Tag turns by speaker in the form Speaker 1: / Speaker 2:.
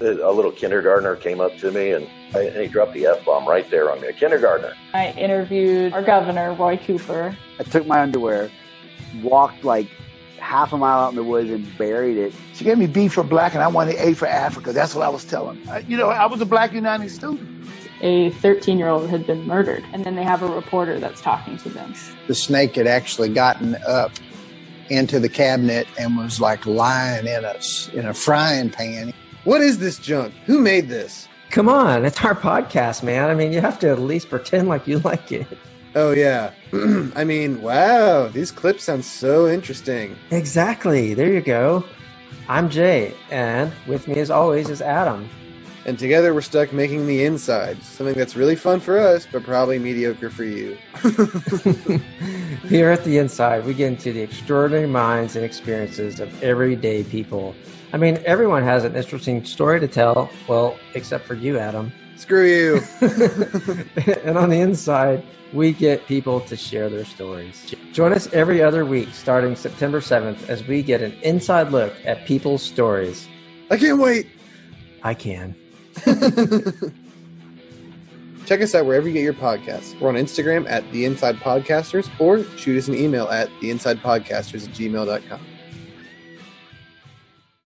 Speaker 1: a little kindergartner came up to me and, I, and he dropped the F bomb right there on me. A kindergartner.
Speaker 2: I interviewed our governor, Roy Cooper.
Speaker 3: I took my underwear, walked like half a mile out in the woods and buried it.
Speaker 4: She gave me B for black and I wanted A for Africa. That's what I was telling. her. You know, I was a black United student.
Speaker 2: A 13 year old had been murdered, and then they have a reporter that's talking to them.
Speaker 5: The snake had actually gotten up into the cabinet and was like lying in a, in a frying pan. What is this junk? Who made this?
Speaker 6: Come on, it's our podcast, man. I mean, you have to at least pretend like you like it.
Speaker 5: Oh, yeah. I mean, wow, these clips sound so interesting.
Speaker 6: Exactly. There you go. I'm Jay, and with me, as always, is Adam.
Speaker 5: And together we're stuck making the inside, something that's really fun for us, but probably mediocre for you.
Speaker 6: Here at the inside, we get into the extraordinary minds and experiences of everyday people. I mean, everyone has an interesting story to tell, well, except for you, Adam.
Speaker 5: Screw you.
Speaker 6: and on the inside, we get people to share their stories. Join us every other week starting September 7th as we get an inside look at people's stories.
Speaker 5: I can't wait.
Speaker 6: I can.
Speaker 5: Check us out wherever you get your podcasts. We're on Instagram at The Inside Podcasters or shoot us an email at TheInsidePodcasters at gmail.com.